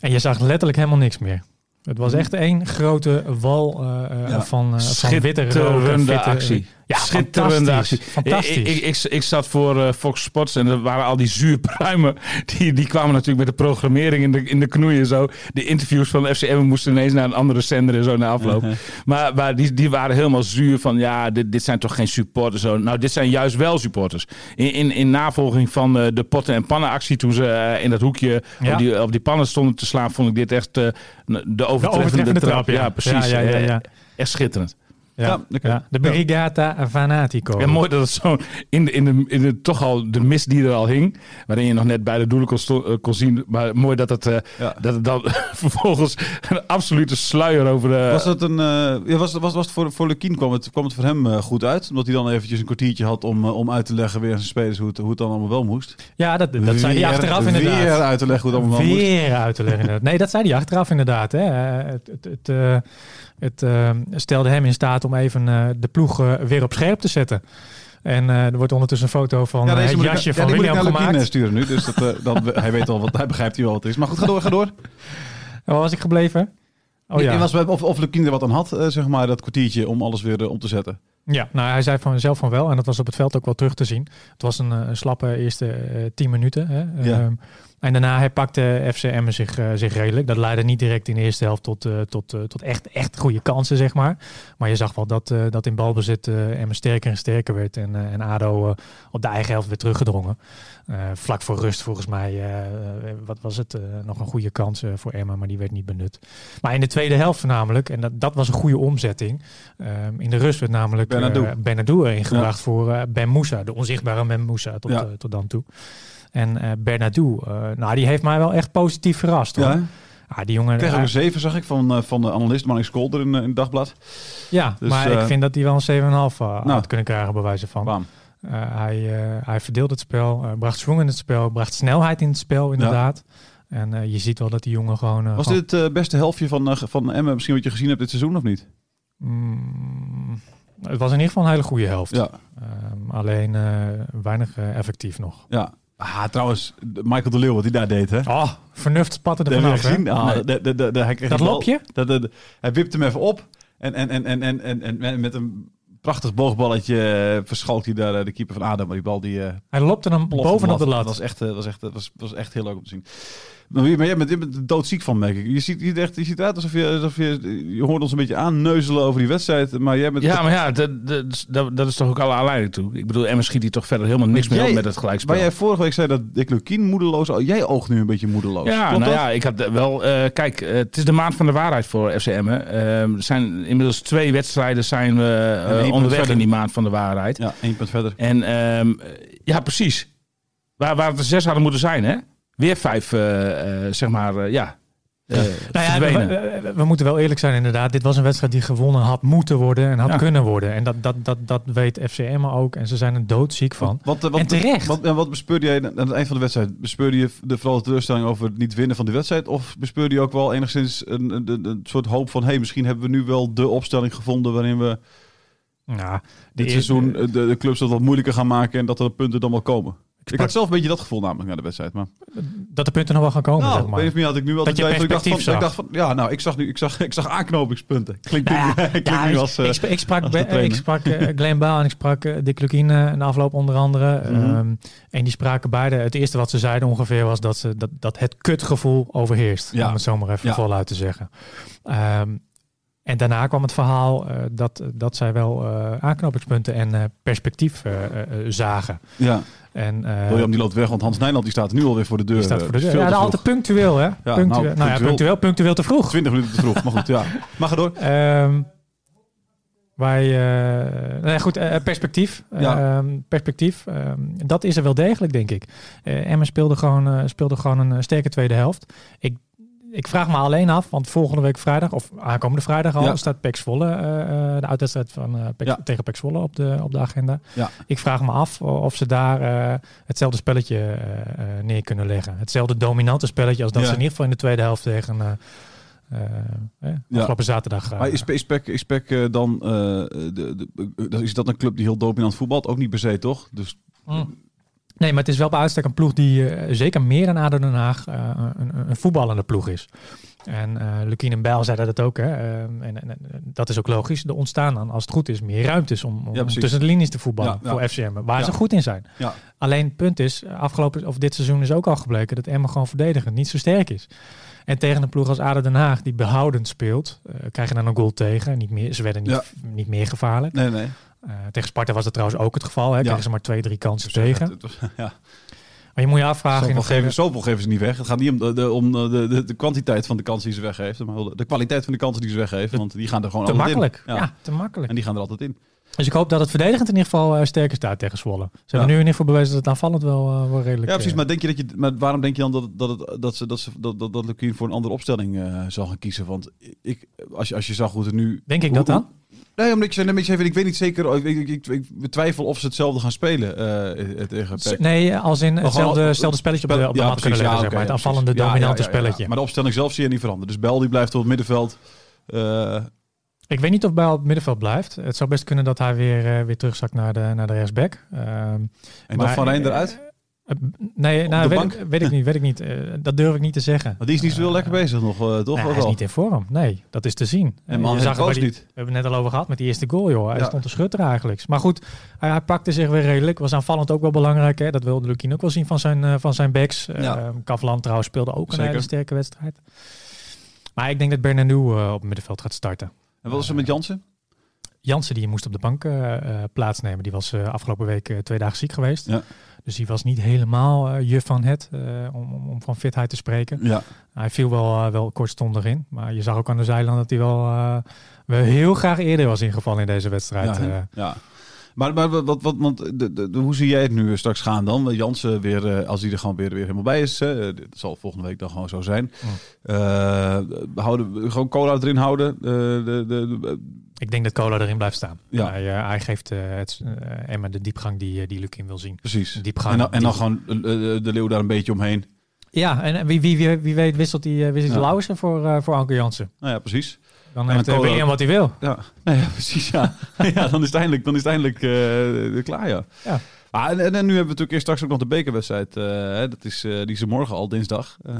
Speaker 2: en je zag letterlijk helemaal niks meer.
Speaker 3: Hmm.
Speaker 2: Het was echt één grote wal eh, eh,
Speaker 1: Ja.
Speaker 2: van, eh van witte rook en
Speaker 3: Schitterende
Speaker 2: witte-
Speaker 3: actie.
Speaker 2: Ja,
Speaker 3: Schitterende
Speaker 2: fantastisch.
Speaker 3: actie.
Speaker 2: Fantastisch.
Speaker 3: Ik, ik, ik, ik zat voor eh, Fox Sports en er waren al die zuurpruimen. [laughs] Die, die kwamen natuurlijk met de programmering in de, in de knoeien. Zo. De interviews van FCM moesten ineens naar een andere zender en zo na afloop.
Speaker 2: [laughs]
Speaker 3: Maar, maar die, die waren helemaal zuur van ja, dit, dit zijn toch geen supporters. Zo. Nou, dit zijn juist wel supporters. In, in, in navolging van eh, de potten- en pannenactie toen ze eh, in dat hoekje
Speaker 2: Ja.
Speaker 3: op, die, op die pannen stonden te slaan, vond ik dit echt eh, de
Speaker 2: de
Speaker 3: overtreffende,
Speaker 2: overtreffende
Speaker 3: trap.
Speaker 2: trap.
Speaker 3: Ja, precies. Eh,
Speaker 2: Ja, ja, ja, ja.
Speaker 3: Echt schitterend.
Speaker 2: Ja,
Speaker 1: oké.
Speaker 2: ja. De Brigata Fanatico.
Speaker 1: Oh.
Speaker 3: En mooi dat het zo in de, in de, in de, toch al de mist die er al hing, waarin je nog net bij de doelen kon, sto- eh, kon zien. Maar mooi dat het, eh,
Speaker 1: Ja.
Speaker 3: dat het dan [laughs] vervolgens een absolute sluier over de.
Speaker 1: Was het een. eh, ja, was, was, was het voor, voor Lukien kwam het, kwam het voor hem eh, goed uit. Omdat hij dan eventjes een kwartiertje had om, eh, om uit te leggen weer aan zijn spelers hoe het, hoe het dan allemaal wel moest.
Speaker 2: Ja, dat, dat zei hij
Speaker 1: Weer-
Speaker 2: achteraf inderdaad.
Speaker 1: Weer uit te leggen hoe het allemaal wel moest.
Speaker 2: Weer uit te leggen. inderdaad. Nee, dat zei hij achteraf inderdaad. Hè. Eh, Het, het, het, eh, het eh, stelde hem in staat om even eh, de ploeg eh, weer op scherp te zetten. En eh, er wordt ondertussen een foto van eh,
Speaker 1: deze
Speaker 2: het
Speaker 1: moet ik-
Speaker 2: jasje
Speaker 1: ja,
Speaker 2: van
Speaker 1: die moet ik naar
Speaker 2: William
Speaker 1: Lukien, eh,
Speaker 2: gemaakt.
Speaker 1: sturen nu. Dus dat, eh, dan, hij weet al wat, hij begrijpt hier wel wat het is. Maar goed, ga door, ga
Speaker 3: [laughs]
Speaker 1: door.
Speaker 2: Waar was ik gebleven? Oh
Speaker 1: Ik- ik
Speaker 2: ja.
Speaker 1: was bij- of, of Lukien er wat aan had, eh, zeg maar, dat kwartiertje om alles weer eh, om te zetten.
Speaker 2: ja, nou hij zei van zelf van wel. En dat was op het veld ook wel terug te zien. Het was een, eh, een slappe eerste eh, tien minuten. Hè.
Speaker 1: Ja.
Speaker 2: Ehm, en daarna herpakte FCM zich, eh, zich redelijk. Dat leidde niet direct in de eerste helft tot, eh, tot, eh, tot echt, echt goede kansen, zeg maar. Maar je zag wel dat, eh, dat in balbezit eh Emmen sterker en sterker werd. En, eh, en ADO eh, op de eigen helft weer teruggedrongen. Eh, vlak voor rust volgens mij, eh, eh, wat was het, eh, nog een goede kans eh, voor Emmen, maar die werd niet benut. Maar in de tweede helft voornamelijk, en dat, dat was een goede omzetting. ehm, in de rust werd namelijk eh,
Speaker 1: Bernardo.
Speaker 2: Bernardo ingebracht voor eh, Ben Moussa, de onzichtbare Ben Moussa tot,
Speaker 1: Ja.
Speaker 2: eh, tot dan toe. En eh Bernardo, eh, nou die heeft mij wel echt positief verrast. Hoor.
Speaker 1: Ja, hè?
Speaker 2: Ah, die jongen,
Speaker 1: Ik kreeg ook
Speaker 2: hij-
Speaker 1: een 7, zag ik, van, eh, van de analist Marnix Kolder in, eh, in het dagblad.
Speaker 2: ja,
Speaker 1: dus,
Speaker 2: maar
Speaker 1: eh,
Speaker 2: ik vind dat hij wel een 7,5 eh,
Speaker 1: Nou.
Speaker 2: had kunnen krijgen bij wijze van.
Speaker 1: Bam.
Speaker 2: Eh, hij, eh, hij verdeelde het spel, eh, bracht zwang in het spel, bracht snelheid in het spel inderdaad. En eh, je ziet wel dat die jongen gewoon... eh,
Speaker 1: Was
Speaker 2: gewoon-
Speaker 1: dit het eh, beste helftje van, eh, van Emmen misschien wat je gezien hebt dit seizoen of niet?
Speaker 2: Mm, het was in ieder geval een hele goede helft.
Speaker 1: Ja,
Speaker 2: Ehm, alleen eh, weinig eh, effectief nog.
Speaker 1: ja. Ah, trouwens, de- Michael de Leeuw, wat hij daar deed, hè?
Speaker 2: Oh, vernuft spatte er
Speaker 1: dat heb je
Speaker 2: vanaf. hè?
Speaker 1: gezien. Ah,
Speaker 2: Nee.
Speaker 1: de- de- de- de- hij kreeg
Speaker 2: Dat
Speaker 1: die bal-
Speaker 2: lopje?
Speaker 1: Dat, dat- hij wipte hem even op en, en, en, en, en, en, en- en met een prachtig boogballetje eh, verschalkt hij daar eh, de keeper van Adam. Maar die bal die... eh,
Speaker 2: Hij lopte hem
Speaker 1: plofte
Speaker 2: bovenop de
Speaker 1: Dat
Speaker 2: lat.
Speaker 1: was echt, eh, was echt, eh, was, was echt heel leuk om te zien. Maar je- maar jij bent, je bent er doodziek van, merk ik. Je ziet, je ziet echt, je ziet eruit alsof je, alsof je... Je hoort ons een beetje aanneuzelen over die wedstrijd, maar jij bent...
Speaker 3: ja, maar ja, dat, dat, dat, dat is toch ook alle aanleiding toe. Ik bedoel, Emma schiet hier toch verder helemaal niks
Speaker 1: Maar
Speaker 3: meer op
Speaker 1: jij-
Speaker 3: met het gelijkspel.
Speaker 1: Waar jij vorige week zei dat Dick Lukien moedeloos... oh, Jij oogt nu een beetje moedeloos.
Speaker 3: Ja,
Speaker 1: Klopt
Speaker 3: nou
Speaker 1: dat?
Speaker 3: ja, ik had wel. eh, kijk, eh, het is de maand van de waarheid voor FCM. Ehm, er zijn inmiddels twee wedstrijden zijn we eh,
Speaker 1: één punt
Speaker 3: onderweg
Speaker 1: verder.
Speaker 3: in die maand van de waarheid.
Speaker 1: Ja, één punt verder.
Speaker 3: En ehm, ja, precies. Waar, waar het er zes hadden moeten zijn, hè? Weer vijf, eh, eh, zeg maar, eh, ja. eh,
Speaker 2: Nou ja,
Speaker 3: verdwenen.
Speaker 2: we, we- we moeten wel eerlijk zijn inderdaad. Dit was een wedstrijd die gewonnen had moeten worden en had
Speaker 3: Ja.
Speaker 2: kunnen worden. En dat, dat, dat, dat weet FCM ook. En ze zijn er doodziek van.
Speaker 1: Wat, eh, wat,
Speaker 2: En terecht.
Speaker 1: Wat, en wat bespeurde jij aan het eind van de wedstrijd? Bespeurde je de, vooral de teleurstelling over het niet winnen van de wedstrijd? Of bespeurde je ook wel enigszins een, een, een- een soort hoop van... hey, misschien hebben we nu wel de opstelling gevonden... waarin we
Speaker 2: Nou,
Speaker 1: dit seizoen eh, de, de clubs dat wat moeilijker gaan maken... en dat er punten dan wel komen. Ik had zelf een beetje dat gevoel namelijk na de wedstrijd. Maar...
Speaker 2: dat de punten nog wel gaan komen.
Speaker 1: nou,
Speaker 2: Oh, zeg maar.
Speaker 1: weet je, had ik nu wel
Speaker 2: Dat
Speaker 1: de
Speaker 2: je
Speaker 1: twijfel. ik dacht van,
Speaker 2: perspectief
Speaker 1: ik dacht van, ja, nou, ik zag nu, ik zag, ik zag aanknopingspunten. Klinkt,
Speaker 2: Nou
Speaker 1: [laughs]
Speaker 2: ja,
Speaker 1: klinkt
Speaker 2: ja,
Speaker 1: nu
Speaker 2: ik-
Speaker 1: als... eh,
Speaker 2: ik, sprak- ik sprak,
Speaker 1: als
Speaker 2: Be-
Speaker 1: de trainer.
Speaker 2: ik sprak eh, Glenn Baal en ik sprak eh, Dick Lukien eh, na afloop onder andere.
Speaker 1: Mhm.
Speaker 2: Ehm, en die spraken beide. Het eerste wat ze zeiden ongeveer was dat, ze, dat, dat het kutgevoel overheerst.
Speaker 1: Ja.
Speaker 2: Om het zo maar even
Speaker 1: Ja.
Speaker 2: voluit te zeggen. Ehm, en daarna kwam het verhaal eh, dat, dat zij wel eh, aanknopingspunten en eh, perspectief eh, eh, eh, zagen.
Speaker 1: ja,
Speaker 2: En, eh,
Speaker 1: William die loopt weg, want Hans Nijland die staat nu alweer voor de deur.
Speaker 2: die staat voor de
Speaker 1: eh,
Speaker 2: deur.
Speaker 1: veel
Speaker 2: Ja,
Speaker 1: te
Speaker 2: dan
Speaker 1: vroeg.
Speaker 2: altijd punctueel, hè?
Speaker 1: nou,
Speaker 2: punctueel. Nou, ja,
Speaker 1: punctueel.
Speaker 2: punctueel, punctueel te vroeg.
Speaker 1: 20 minuten te vroeg, maar goed, ja. [laughs] Maar ga door.
Speaker 2: Ehm, wij, eh, nou ja, goed, eh, perspectief.
Speaker 1: Ja.
Speaker 2: Ehm, perspectief. ehm, dat is er wel degelijk, denk ik. Eh Emmen speelde gewoon, eh, speelde gewoon een eh, sterke tweede helft. Ik, ik vraag me alleen af, want volgende week vrijdag, of aankomende vrijdag al,
Speaker 1: Ja.
Speaker 2: staat Pek Zwolle, eh, eh, de uitwedstrijd van, eh, Pek-
Speaker 1: Ja.
Speaker 2: tegen Pek Zwolle op de, op de agenda.
Speaker 1: Ja.
Speaker 2: Ik vraag me af of ze daar eh, hetzelfde spelletje eh, eh, neer kunnen leggen. Hetzelfde dominante spelletje als dat
Speaker 1: Ja.
Speaker 2: ze in ieder geval in de tweede helft tegen... eh eh, eh,
Speaker 1: Ja.
Speaker 2: afgelopen zaterdag. eh,
Speaker 1: Maar is, is PEC, is PEC, eh, dan... eh, de, de- eh, is dat een club die heel dominant voetbalt? Ook niet per se, toch? Dus
Speaker 2: Mm. Nee, maar het is wel bij uitstek een ploeg die eh, zeker meer dan ADO Den Haag eh, een, een voetballende ploeg is. En eh Lukien en Bijl zeiden dat ook. Hè? Ehm, en, en, en dat is ook logisch. Er ontstaan dan, als het goed is, meer ruimtes om, om
Speaker 1: Ja, precies.
Speaker 2: tussen de linies te voetballen
Speaker 1: Ja, ja.
Speaker 2: voor FCM. Waar
Speaker 1: Ja.
Speaker 2: ze goed in zijn.
Speaker 1: Ja.
Speaker 2: Alleen het punt is, afgelopen, of dit seizoen is ook al gebleken dat Emma gewoon verdedigend niet zo sterk is. En tegen een ploeg als ADO Den Haag, die behoudend speelt, eh, krijg je dan een goal tegen. Niet meer, ze werden niet,
Speaker 1: Ja.
Speaker 2: niet meer gevaarlijk.
Speaker 1: Nee, nee.
Speaker 2: Eh, tegen Sparta was dat trouwens ook het geval. Hè? Kregen ze maar twee, drie kansen tegen.
Speaker 1: Het was- [laughs] Ja.
Speaker 2: Maar je moet je afvragen... in
Speaker 1: Zoveel,
Speaker 2: het
Speaker 1: geven, zoveel geven ze niet weg. Het gaat niet om de, de, om eh, de, de, de kwantiteit van de kansen die ze weggeven. Maar wel de, de kwaliteit van de kansen die ze weggeven. Want die gaan er gewoon
Speaker 2: te
Speaker 1: altijd
Speaker 2: makkelijk.
Speaker 1: in.
Speaker 2: Ja. te makkelijk.
Speaker 1: En die gaan er altijd in.
Speaker 2: Dus ik hoop dat het verdedigend in ieder geval eh, sterker staat tegen Zwolle. Ze hebben nu in ieder geval bewezen dat het aanvallend wel, eh, wel redelijk...
Speaker 1: Ja, precies.
Speaker 2: eh,
Speaker 1: Maar, denk je dat je, maar waarom denk je dan dat, dat, het, dat, ze, dat, ze, dat, dat, dat Lukien voor een andere opstelling eh, zal gaan kiezen? Want ik, als, je, als je zag hoe het er nu...
Speaker 2: Denk ik
Speaker 1: hoe-
Speaker 2: dat dan?
Speaker 1: Nee, omdat je zei net met je even, ik weet niet zeker, oh, ik, ik, ik, ik betwijfel of ze hetzelfde gaan spelen eh, eh, tegen PEC.
Speaker 2: Nee, als in hetzelfde,
Speaker 1: gewoon-
Speaker 2: hetzelfde spelletje op de, op de
Speaker 1: ja,
Speaker 2: mat
Speaker 1: precies,
Speaker 2: kunnen leggen,
Speaker 1: ja,
Speaker 2: zeg
Speaker 1: oké,
Speaker 2: maar. Het
Speaker 1: ja,
Speaker 2: afvallende,
Speaker 1: precies. Ja,
Speaker 2: dominante
Speaker 1: ja, ja, ja.
Speaker 2: spelletje.
Speaker 1: Maar de opstelling zelf zie je niet veranderen. Dus Bel die blijft op het middenveld. Eh,
Speaker 2: Ik weet niet of Bijl op het middenveld blijft. Het zou best kunnen dat hij weer, eh, weer terugzakt naar de, naar de rechtsback. Ehm,
Speaker 1: en dan
Speaker 2: Maar,
Speaker 1: Van Rijn
Speaker 2: eh,
Speaker 1: eruit.
Speaker 2: eh, nee,
Speaker 1: Op de
Speaker 2: nou, weet, ik, weet ik niet. Weet ik niet. Eh, dat durf ik niet te zeggen.
Speaker 1: Maar die is niet zo heel
Speaker 2: Eh,
Speaker 1: lekker bezig nog, eh, toch?
Speaker 2: Nee,
Speaker 1: Ook
Speaker 2: hij is
Speaker 1: wel.
Speaker 2: niet in vorm. Nee, dat is te zien.
Speaker 1: En
Speaker 2: Eh,
Speaker 1: man,
Speaker 2: je
Speaker 1: hij
Speaker 2: zag het bij
Speaker 1: koos
Speaker 2: die-
Speaker 1: niet.
Speaker 2: We hebben het net al over gehad met die eerste goal, joh. Hij
Speaker 1: Ja.
Speaker 2: stond te schutteren eigenlijk. Maar goed, hij, hij pakte zich weer redelijk. Was aanvallend ook wel belangrijk. Hè? Dat wilde Lukien ook wel zien van zijn, eh, van zijn backs. Eh
Speaker 1: Ja.
Speaker 2: Kavlan trouwens speelde ook een
Speaker 1: Zeker.
Speaker 2: hele sterke wedstrijd. Maar ik denk dat Bernardo eh, op het middenveld gaat starten.
Speaker 1: En wat is er met Jansen?
Speaker 2: Jansen die moest op de bank eh, eh, plaatsnemen. Die was eh, afgelopen week eh, twee dagen ziek geweest.
Speaker 1: Ja.
Speaker 2: Dus die was niet helemaal eh, juf van het, eh, om, om, om van fitheid te spreken.
Speaker 1: Ja.
Speaker 2: Hij viel wel, eh, wel kortstondig in. Maar je zag ook aan de zijland dat hij wel, eh, wel heel graag eerder was ingevallen in deze wedstrijd.
Speaker 1: Ja, hè?
Speaker 2: eh.
Speaker 1: ja. Maar, maar wat, wat, wat, want de, de, de- hoe zie jij het nu eh, straks gaan dan? Eh, Jansen weer, eh, als hij er gewoon weer, weer helemaal bij is. eh, dit zal volgende week dan gewoon zo zijn.
Speaker 2: Mm.
Speaker 1: Eh, houden, gewoon cola erin houden. Eh, de, de, eh, de-
Speaker 2: ik denk dat Cola erin blijft staan.
Speaker 1: Ja.
Speaker 2: Hij, eh, hij geeft eh, het, eh, Emma de diepgang die, eh, die Lukin wil zien.
Speaker 1: precies.
Speaker 2: Diepgang.
Speaker 1: Dus- en dan, en dan
Speaker 2: die-
Speaker 1: gewoon eh, eh, de leeuw daar een beetje omheen.
Speaker 2: Ja, en eh, wie, wie, wie, wie weet wisselt die eh, wisselt
Speaker 1: Ja.
Speaker 2: Lauwersen voor, eh, voor Anke Jansen.
Speaker 1: Nou ja, precies.
Speaker 2: Dan
Speaker 1: dan
Speaker 2: heeft eh,
Speaker 1: Cola-
Speaker 2: William wat hij wil.
Speaker 1: Ja, nou ja [laughs] precies. Ja. ja, dan is het eindelijk, dan is het eindelijk eh, klaar. Ja.
Speaker 2: Ja.
Speaker 1: Maar en, en, en nu hebben we natuurlijk eerst straks ook nog de bekerwedstrijd. eh, hè, dat is, eh, die is er morgen al dinsdag eh,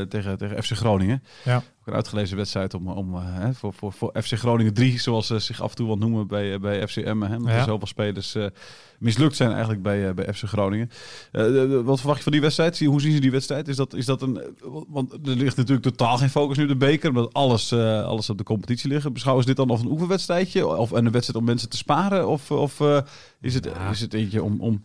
Speaker 1: tegen, tegen FC Groningen.
Speaker 2: Ja.
Speaker 1: Ook een uitgelezen wedstrijd om, om, eh, hè, voor, voor, voor FC Groningen 3, zoals ze zich af en toe wat noemen bij, eh, bij FC Emmen. Hè, omdat
Speaker 2: Ja.
Speaker 1: er zoveel spelers eh, mislukt zijn eigenlijk bij, eh, bij FC Groningen. Eh, eh, wat verwacht je van die wedstrijd? Zie- Hoe zien ze die wedstrijd? Is dat, is dat een, want er ligt natuurlijk totaal geen focus nu op de beker, omdat alles, eh, alles op de competitie ligt. Beschouwen ze dit dan als een oefenwedstrijdje? Of en een wedstrijd om mensen te sparen? Of, of eh, is, het,
Speaker 2: Ja.
Speaker 1: is het eentje om... om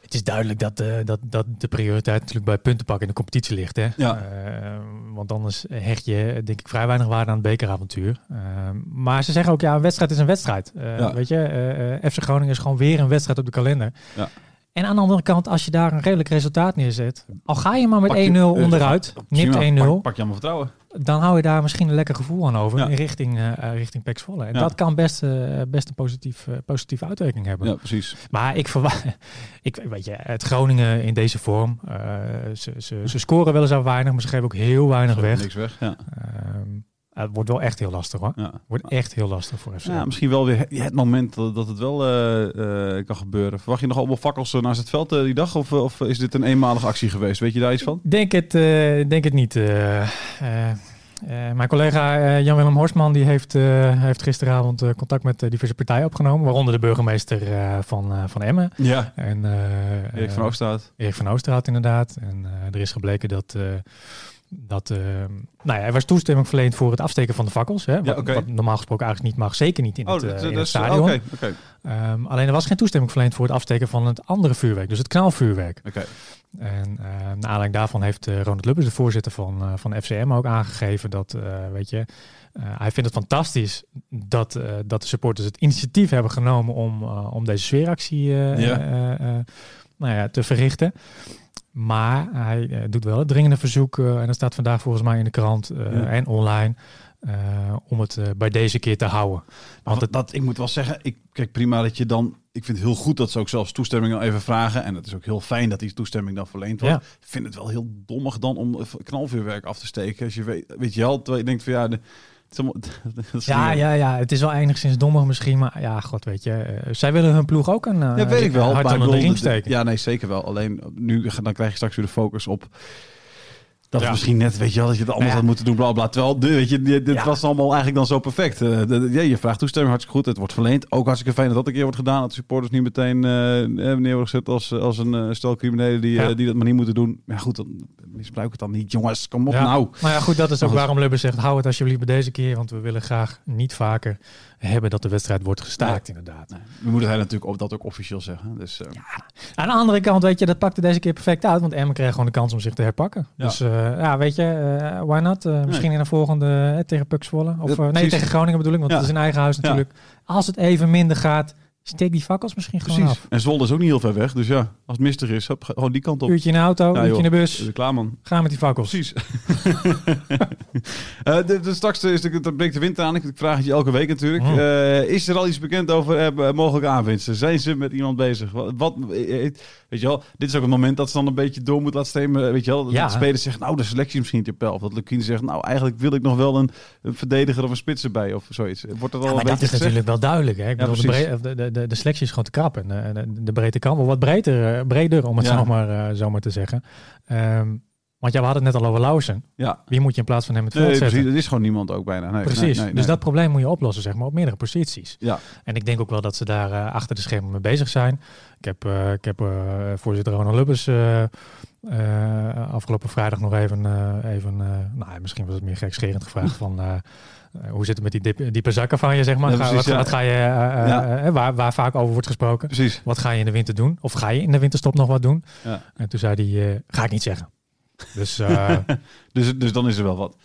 Speaker 2: Het is duidelijk dat, eh, dat, dat de prioriteit natuurlijk bij punten pakken in de competitie ligt. Hè?
Speaker 1: Ja.
Speaker 2: Eh, want anders hecht je eh, denk ik vrij weinig waarde aan het bekeravontuur. Eh, maar ze zeggen ook, ja, een wedstrijd is een wedstrijd. Eh,
Speaker 1: Ja.
Speaker 2: Weet je, eh, eh, FC Groningen is gewoon weer een wedstrijd op de kalender.
Speaker 1: Ja.
Speaker 2: En aan de andere kant, als je daar een redelijk resultaat neerzet, al ga je maar met
Speaker 1: Pak je-
Speaker 2: 1-0
Speaker 1: eh,
Speaker 2: onderuit, nipt 1-0,
Speaker 1: Prima, Pak, pak je allemaal vertrouwen.
Speaker 2: dan hou je daar misschien een lekker gevoel aan over
Speaker 1: Ja.
Speaker 2: in richting, eh, eh, richting PEC Zwolle. En
Speaker 1: Ja.
Speaker 2: dat kan best, eh, best een positief, eh, positieve uitwerking hebben.
Speaker 1: Ja, precies.
Speaker 2: Maar ik verwacht, [laughs] ik, weet je, het Groningen in deze vorm, eh, ze, ze, ze scoren weliswaar weinig, maar ze geven ook heel weinig weg.
Speaker 1: Niks weg. Ja.
Speaker 2: Ehm, het wordt wel echt heel lastig hoor.
Speaker 1: Ja.
Speaker 2: Wordt echt heel lastig voor FC.
Speaker 1: Ah. Ja, misschien wel weer het- het moment dat dat het wel eh, eh, kan gebeuren. Verwacht je nog allemaal fakkels eh, naast het veld eh, die dag? Of, eh, of is dit een eenmalige actie geweest? Weet je daar iets van?
Speaker 2: Denk het, eh, denk het niet. eh. Eh, eh, mijn collega eh, Jan-Willem Horsman die heeft, eh, heeft gisteravond eh, contact met eh, diverse partijen opgenomen, waaronder de burgemeester eh, van, eh, van Emmen.
Speaker 1: Ja.
Speaker 2: En, eh,
Speaker 1: Erik van
Speaker 2: eh,
Speaker 1: Oostaat.
Speaker 2: Erik van Oosterhout inderdaad. En eh, er is gebleken dat... eh, dat eh, nou ja, er was toestemming verleend voor het afsteken van de fakkels. Hè, wat,
Speaker 1: oké. Oh,
Speaker 2: wat normaal gesproken eigenlijk niet mag. Zeker niet in het, eh, in het
Speaker 1: Oké,
Speaker 2: stadion.
Speaker 1: oké,
Speaker 2: Ehm, alleen er was geen toestemming verleend voor het afsteken van het andere vuurwerk. Dus het knalvuurwerk.
Speaker 1: oké.
Speaker 2: En eh naar aanleiding daarvan heeft eh, Ronald Lubbers, de voorzitter van, eh, van FCM, ook aangegeven dat, eh, weet je, eh, hij vindt het fantastisch dat, eh, dat de supporters het initiatief hebben genomen om, eh, om deze sfeeractie eh,
Speaker 1: Ja.
Speaker 2: eh, eh, nou ja, te verrichten. Maar hij eh, doet wel het dringende verzoek, eh, en dat staat vandaag volgens mij in de krant eh,
Speaker 1: Ja.
Speaker 2: en online, eh, om het eh, bij deze keer te houden.
Speaker 1: Want
Speaker 2: Want het,
Speaker 1: dat, ik moet wel zeggen, ik, kijk prima dat je dan... Ik vind het heel goed dat ze ook zelfs toestemming dan even vragen. En het is ook heel fijn dat die toestemming dan verleend wordt.
Speaker 2: Ja.
Speaker 1: Ik vind het wel heel dommig dan om eh, knalvuurwerk af te steken. Als je weet, weet je wel, terwijl je denkt van ja... De, het is allemaal- [laughs] dat is
Speaker 2: ja,
Speaker 1: niet-
Speaker 2: ja, ja, het is wel enigszins dommig misschien, maar ja, god weet je, eh, zij willen hun ploeg ook een eh,
Speaker 1: Ja, weet ik wel.
Speaker 2: hart
Speaker 1: maar ik
Speaker 2: onder
Speaker 1: bedoel,
Speaker 2: de
Speaker 1: dus-
Speaker 2: riem
Speaker 1: d- d-
Speaker 2: steken.
Speaker 1: Ja, nee, zeker wel. Alleen nu dan krijg je straks weer de focus op Dat
Speaker 3: Ja.
Speaker 1: is misschien net, weet je wel, dat je het anders had moeten doen, bla bla. Terwijl, de, weet je, die- dit was allemaal eigenlijk dan zo perfect. Eh, de- de- ja, je vraagt toestemming, hartstikke goed. Het wordt verleend. Ook hartstikke fijn dat dat een keer wordt gedaan. Dat de supporters niet meteen eh eh, neer worden gezet als, eh, als een eh, stel criminelen die,
Speaker 2: Ja.
Speaker 1: eh, die dat maar niet moeten doen. Maar goed, dan misbruik het dan niet, jongens. Kom op
Speaker 2: Ja.
Speaker 1: nou.
Speaker 2: Maar ja, goed, dat is ook
Speaker 1: Anders-
Speaker 2: waarom Lubbers zegt: hou het alsjeblieft bij deze keer. Want we willen graag niet vaker hebben dat de wedstrijd wordt gestaakt, inderdaad.
Speaker 1: We moeten hij natuurlijk ook, dat ook officieel zeggen. Dus, eh,
Speaker 2: Aan de andere kant, weet je, dat pakte deze keer perfect uit. Want Emmen kreeg gewoon de kans om zich te herpakken.
Speaker 1: Ja.
Speaker 2: Dus eh, ja, weet je, eh, why not? Eh, misschien in de volgende eh, tegen Puk Zwolle. Of
Speaker 1: Ja,
Speaker 2: eh, nee,
Speaker 1: precies.
Speaker 2: tegen Groningen bedoel ik, want
Speaker 1: Ja.
Speaker 2: het is in eigen huis natuurlijk. Als het even minder gaat, steek die fakkels misschien gewoon
Speaker 1: precies.
Speaker 2: af.
Speaker 1: En Zwolle is ook niet heel ver weg. Dus ja, als het mistig is, hop, gewoon die kant op.
Speaker 2: Uurtje in de auto,
Speaker 1: Ja,
Speaker 2: uurtje in de
Speaker 1: Is
Speaker 2: bus.
Speaker 1: het klaar, man.
Speaker 2: Ga met die fakkels.
Speaker 1: Precies. [laughs] Eh, de, de, straks is de, dat breekt de winter aan. Ik vraag het je elke week natuurlijk.
Speaker 2: Hmm.
Speaker 1: Eh, is er al iets bekend over eh, mogelijke aanwinsten? Zijn ze met iemand bezig? Wat, wat- eh, eh, weet je wel, dit is ook het moment dat ze dan een beetje door moet laten stemmen. Weet je wel, dat
Speaker 2: Ja.
Speaker 1: de speler zegt, nou de selectie misschien niet op peil. Of dat Lukien zegt, nou eigenlijk wil ik nog wel een, een verdediger of een spits erbij. Of zoiets. Wordt er al
Speaker 2: Ja, maar
Speaker 1: een
Speaker 2: dat
Speaker 1: beetje
Speaker 2: is
Speaker 1: gezegd?
Speaker 2: natuurlijk wel duidelijk. Hè? Ik
Speaker 1: Ja,
Speaker 2: bedoel, de,
Speaker 1: precies.
Speaker 2: bre- de, de- de, de selectie is gewoon te krap. En eh, de, de breedte kan wel wat breder, eh, breder om het
Speaker 1: Ja.
Speaker 2: zo, maar, eh, zo maar te zeggen. Ehm, want ja, we hadden het net al over Lauwersen.
Speaker 1: Ja,
Speaker 2: Wie moet je in plaats van hem het veld
Speaker 1: nee,
Speaker 2: zetten?
Speaker 1: precies. Er is gewoon niemand ook bijna. Nee,
Speaker 2: Precies.
Speaker 1: nee, nee, nee.
Speaker 2: Dus dat probleem moet je oplossen, zeg maar, op meerdere posities.
Speaker 1: Ja.
Speaker 2: En ik denk ook wel dat ze daar eh, achter de schermen mee bezig zijn. Ik heb, eh, ik heb eh, voorzitter Ronald Lubbers eh, eh, afgelopen vrijdag nog even, eh, even eh, nou, misschien was het meer gekscherend gevraagd van... eh, eh, hoe zit het met die dip- diepe zakken van je, zeg maar?
Speaker 1: Ja,
Speaker 2: Ga-
Speaker 1: precies,
Speaker 2: wat,
Speaker 1: ja.
Speaker 2: wat ga je, eh, eh,
Speaker 1: Ja.
Speaker 2: eh, waar, waar vaak over wordt gesproken.
Speaker 1: Precies.
Speaker 2: Wat ga je in de winter doen? Of ga je in de winterstop nog wat doen?
Speaker 1: Ja.
Speaker 2: En toen zei hij, eh, ga ik niet zeggen.
Speaker 1: [laughs]
Speaker 2: Dus eh,
Speaker 1: Dus, dus dan is er wel wat.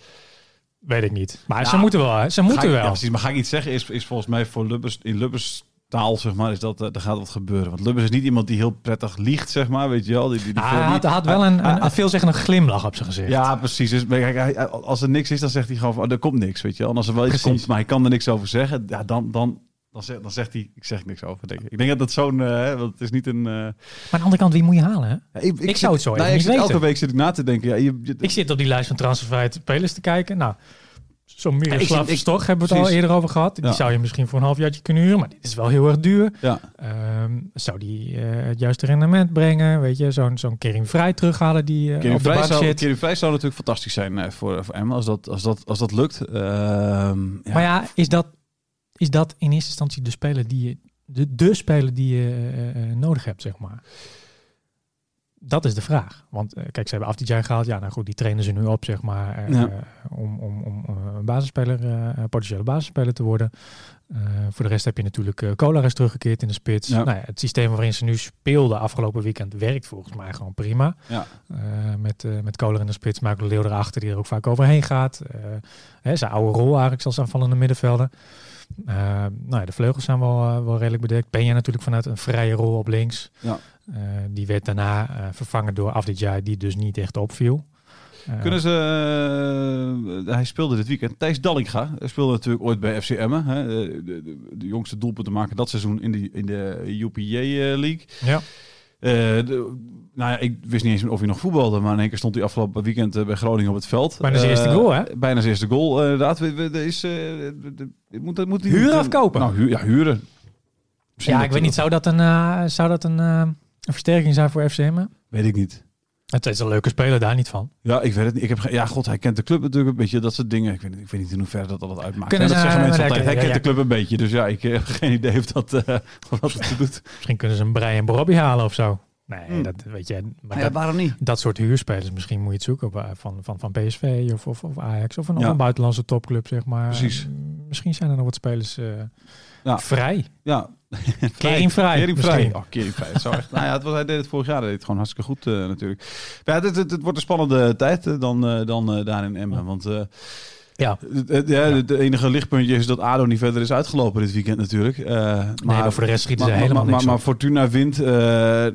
Speaker 2: weet ik niet. Maar ze
Speaker 1: Ja.
Speaker 2: moeten wel, hè? ze
Speaker 1: Nou, Ga
Speaker 2: moeten
Speaker 1: ik-
Speaker 2: wel.
Speaker 1: ja, precies, maar ga ik iets zeggen, is, is volgens mij voor Lubbers, in Lubbers taal, zeg maar, is dat, eh, er gaat wat gebeuren. Want Lubbers is niet iemand die heel prettig liegt, zeg maar, weet je wel. Die, die, die
Speaker 2: Ah,
Speaker 1: veel
Speaker 2: hij had,
Speaker 1: liegt.
Speaker 2: had wel
Speaker 1: Hij-
Speaker 2: een,
Speaker 1: hij-
Speaker 2: een, een veelzeggende glimlach op zijn gezicht.
Speaker 1: ja, precies. Dus, maar kijk, hij- hij- als er niks is, dan zegt hij gewoon van, oh, er komt niks, weet je wel. En als er wel iets
Speaker 2: Precies.
Speaker 1: komt, maar hij kan er niks over zeggen, ja, dan, dan, dan, zegt, dan zegt hij, ik zeg niks over, denk ik. Ik denk dat dat zo'n, eh, hè, want het is niet een... eh,
Speaker 2: Maar aan de andere kant, wie moet je halen? Hè?
Speaker 1: ja, ik,
Speaker 2: Ik zou het zo
Speaker 1: nou,
Speaker 2: even
Speaker 1: ik
Speaker 2: niet
Speaker 1: zit- Elke
Speaker 2: weten.
Speaker 1: week zit ik na te denken, ja, je, je-
Speaker 2: Ik zit op die lijst van transfervrije spelers te kijken. Nou, zo'n
Speaker 1: Ja,
Speaker 2: Miroslav
Speaker 1: ik zit- ik-
Speaker 2: Stoch hebben we het al
Speaker 1: precies.
Speaker 2: eerder over gehad. Die
Speaker 1: Ja.
Speaker 2: zou je misschien voor een halfjaartje kunnen huren, maar dit is wel heel erg duur.
Speaker 1: ja,
Speaker 2: Ehm, zou die eh, het juiste rendement brengen? Weet je, zo'n zo'n Kerim Vrij terughalen die eh,
Speaker 1: Kering
Speaker 2: op de
Speaker 1: Vrij
Speaker 2: bank
Speaker 1: zou,
Speaker 2: zit.
Speaker 1: Kering Vrij zou natuurlijk fantastisch zijn eh, voor, voor Emma, als dat, als dat, als dat lukt. Ehm, ja.
Speaker 2: Maar ja, is dat, is dat in eerste instantie de speler die je, de, de speler die je eh, eh, nodig hebt, zeg maar? Dat is de vraag. Want eh, kijk, ze hebben Afdijay gehaald. Ja, nou goed, die trainen ze nu op, zeg maar. eh,
Speaker 1: Ja.
Speaker 2: eh, om om, om eh, een basisspeler, eh, een potentiële basisspeler te worden. Eh, voor de rest heb je natuurlijk eh Kolar is teruggekeerd in de spits.
Speaker 1: Ja.
Speaker 2: Nou ja, het systeem waarin ze nu speelden afgelopen weekend werkt volgens mij gewoon prima.
Speaker 1: Ja.
Speaker 2: Eh, met, eh met Kolar in de spits, Michael Leeuw erachter die er ook vaak overheen gaat. Eh, hè, zijn oude rol eigenlijk als aanvallende middenvelder. Eh, nou ja, de vleugels zijn wel, eh, wel redelijk bedekt. Benja natuurlijk vanuit een vrije rol op links.
Speaker 1: Ja.
Speaker 2: Eh, die werd daarna eh, vervangen door Afdijay, die dus niet echt opviel. Eh,
Speaker 1: Kunnen ze, eh, hij speelde dit weekend. Thijs Dallinga eh, speelde natuurlijk ooit bij FC Emmen. Hè, eh, de, de, de jongste doelpunten maken dat seizoen in de, in de eh, UPJ-league.
Speaker 2: Ja.
Speaker 1: nou ja, ik wist niet eens meer of hij nog voetbalde. Maar in één keer stond hij afgelopen weekend eh, bij Groningen op het veld.
Speaker 2: Bijna zijn
Speaker 1: Eh,
Speaker 2: eerste goal, hè?
Speaker 1: Bijna zijn eerste goal, eh, inderdaad. We, we- er is, eh, de- de- moet, dat- moet hij-
Speaker 2: Huren of kopen?
Speaker 1: Nou, hu- ja, huren. Misschien
Speaker 2: Ja,
Speaker 1: dat-
Speaker 2: ik weet niet. Zou dat een, eh, zou dat een, eh, een versterking zijn voor FCM?
Speaker 1: Weet ik niet.
Speaker 2: Het is een leuke speler, daar niet van.
Speaker 1: Ja, ik weet het niet. Ik heb ge- ja, god, hij kent de club natuurlijk een beetje. Dat soort dingen. Ik weet, niet- ik weet niet in hoeverre dat al wat uitmaakt.
Speaker 2: Kunnen
Speaker 1: Ja, dat
Speaker 2: ze-
Speaker 1: zeggen mensen
Speaker 2: maar
Speaker 1: altijd.
Speaker 2: daar-
Speaker 1: Hij kent
Speaker 2: ja,
Speaker 1: de
Speaker 2: ja.
Speaker 1: club een beetje. Dus ja, ik [laughs] heb geen idee of dat, eh of dat het doet.
Speaker 2: Misschien kunnen ze een Brian Bobby halen of zo. Nee,
Speaker 1: Hmm.
Speaker 2: dat weet je. Maar
Speaker 1: Ja,
Speaker 2: dat,
Speaker 1: waarom niet?
Speaker 2: dat soort huurspelers, misschien moet je het zoeken op, eh, van, van, van PSV of, of, of Ajax of een, of
Speaker 1: Ja.
Speaker 2: een buitenlandse topclub, zeg maar.
Speaker 1: Precies.
Speaker 2: Mm, Misschien zijn er nog wat spelers eh,
Speaker 1: Ja.
Speaker 2: vrij.
Speaker 1: Ja.
Speaker 2: Kering vrij.
Speaker 1: Kering vrij.
Speaker 2: misschien.
Speaker 1: Oh, Kering vrij. Het zou [laughs] echt, nou ja, het was, hij deed het vorig jaar. Hij deed het gewoon hartstikke goed eh, natuurlijk. Maar ja, het, het, het wordt een spannende tijd eh, dan, eh, dan eh, daar in Emmen. Want eh,
Speaker 2: Ja.
Speaker 1: het, het- ja, het enige lichtpuntje is dat ADO niet verder is uitgelopen dit weekend natuurlijk. Eh,
Speaker 2: Maar, nee, maar voor de rest schieten
Speaker 1: Maar,
Speaker 2: ze
Speaker 1: maar,
Speaker 2: helemaal
Speaker 1: maar, maar,
Speaker 2: niks op.
Speaker 1: Fortuna wint. eh,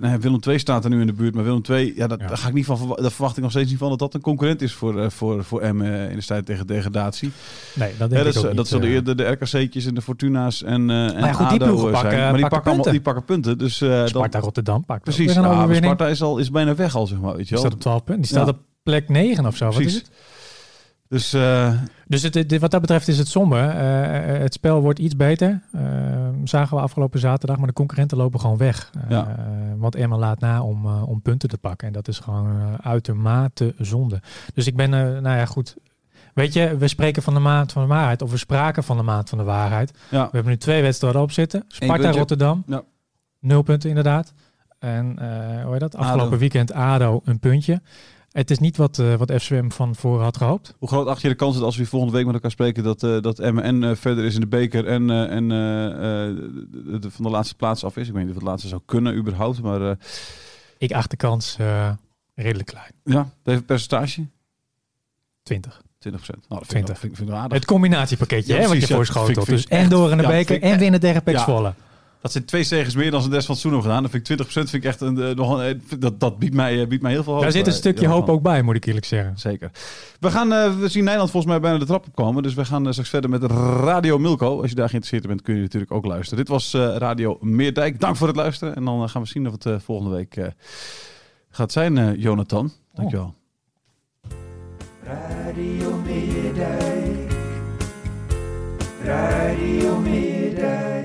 Speaker 1: nee, Willem II staat er nu in de buurt. Maar Willem II, ja, dat,
Speaker 2: Ja.
Speaker 1: daar ga ik niet van, verwa- daar verwacht ik nog steeds niet van dat dat een concurrent is voor, eh, voor, voor Emmen eh, in de strijd tegen degradatie.
Speaker 2: Nee,
Speaker 1: Ja,
Speaker 2: dat denk
Speaker 1: dat,
Speaker 2: ik
Speaker 1: is-
Speaker 2: ook niet.
Speaker 1: dat zullen
Speaker 2: eh.
Speaker 1: eerder de RKC'tjes en de Fortuna's en, eh en
Speaker 2: ja, goed, die
Speaker 1: ADO
Speaker 2: ploegen
Speaker 1: zijn.
Speaker 2: pakken-
Speaker 1: maar die
Speaker 2: pakken
Speaker 1: pakken, allemaal,
Speaker 2: punten.
Speaker 1: die pakken punten. Dus, eh, dan-
Speaker 2: Sparta Rotterdam pakt ook
Speaker 1: precies.
Speaker 2: weer een
Speaker 1: Nou, maar
Speaker 2: overwinning.
Speaker 1: Sparta is, al, is bijna weg al, zeg maar. Weet je
Speaker 2: Die
Speaker 1: wel.
Speaker 2: staat op 12 punten. Die staat
Speaker 1: Ja.
Speaker 2: op plek 9 of zo. Wat is
Speaker 1: precies.
Speaker 2: het?
Speaker 1: Dus eh,
Speaker 2: Dus het, het- wat dat betreft is het somber. Eh, het spel wordt iets beter. Eh, zagen we afgelopen zaterdag, maar de concurrenten lopen gewoon weg. Eh,
Speaker 1: Ja.
Speaker 2: eh, want Emma laat na om, eh, om punten te pakken. En dat is gewoon eh, uitermate zonde. Dus ik ben, eh, nou ja, goed. Weet je, we spreken van de maand van de waarheid. Of we spraken van de maand van de waarheid.
Speaker 1: Ja.
Speaker 2: We hebben nu twee wedstrijden op zitten. Sparta
Speaker 1: puntje.
Speaker 2: Rotterdam.
Speaker 1: Ja.
Speaker 2: Nul punten inderdaad. En eh hoe heet dat? Afgelopen
Speaker 1: ADO.
Speaker 2: weekend ADO een puntje. Het is niet wat, eh wat FCM van voren had gehoopt.
Speaker 1: Hoe groot acht je de kans dat als we volgende week met elkaar spreken dat, eh dat MN verder is in de beker en, eh, en eh, eh, de- de- van de laatste plaats af is? Ik weet niet of het laatste zou kunnen überhaupt, maar eh,
Speaker 2: Ik acht de kans eh, redelijk klein.
Speaker 1: ja, even percentage.
Speaker 2: 20.
Speaker 1: 20 procent. Nou, dat vind ik,
Speaker 2: 20.
Speaker 1: wel- vind, ik- vind ik wel aardig.
Speaker 2: Het combinatiepakketje
Speaker 1: Ja,
Speaker 2: hè, wat je
Speaker 1: precies, ja.
Speaker 2: voorschotelt.
Speaker 1: Vind ik-
Speaker 2: Dus
Speaker 1: vind ik
Speaker 2: en door in de
Speaker 1: echt- ja,
Speaker 2: beker
Speaker 1: vind ik
Speaker 2: en winnen tegen PEC
Speaker 1: ja.
Speaker 2: Zwolle.
Speaker 1: Dat zijn twee zegens meer dan ze de rest van het seizoen hebben gedaan. Dat vind ik 20 procent. Vind ik echt een, eh, nog een, eh, dat, dat biedt, mij, eh, biedt mij heel veel hoop.
Speaker 2: Daar zit een
Speaker 1: eh,
Speaker 2: stukje
Speaker 1: ja,
Speaker 2: hoop
Speaker 1: van.
Speaker 2: ook bij, moet ik eerlijk zeggen.
Speaker 1: Zeker. We, gaan, eh, we zien Nederland volgens mij bijna de trap opkomen. Dus we gaan eh, straks verder met Radio Milko. Als je daar geïnteresseerd in bent, kun je natuurlijk ook luisteren. Dit was eh, Radio Meerdijk. Dank voor het luisteren. En dan eh, gaan we zien of het eh, volgende week eh, gaat zijn, eh, Jonathan. Dankjewel.
Speaker 4: Radio Meerdijk. Radio Meerdijk.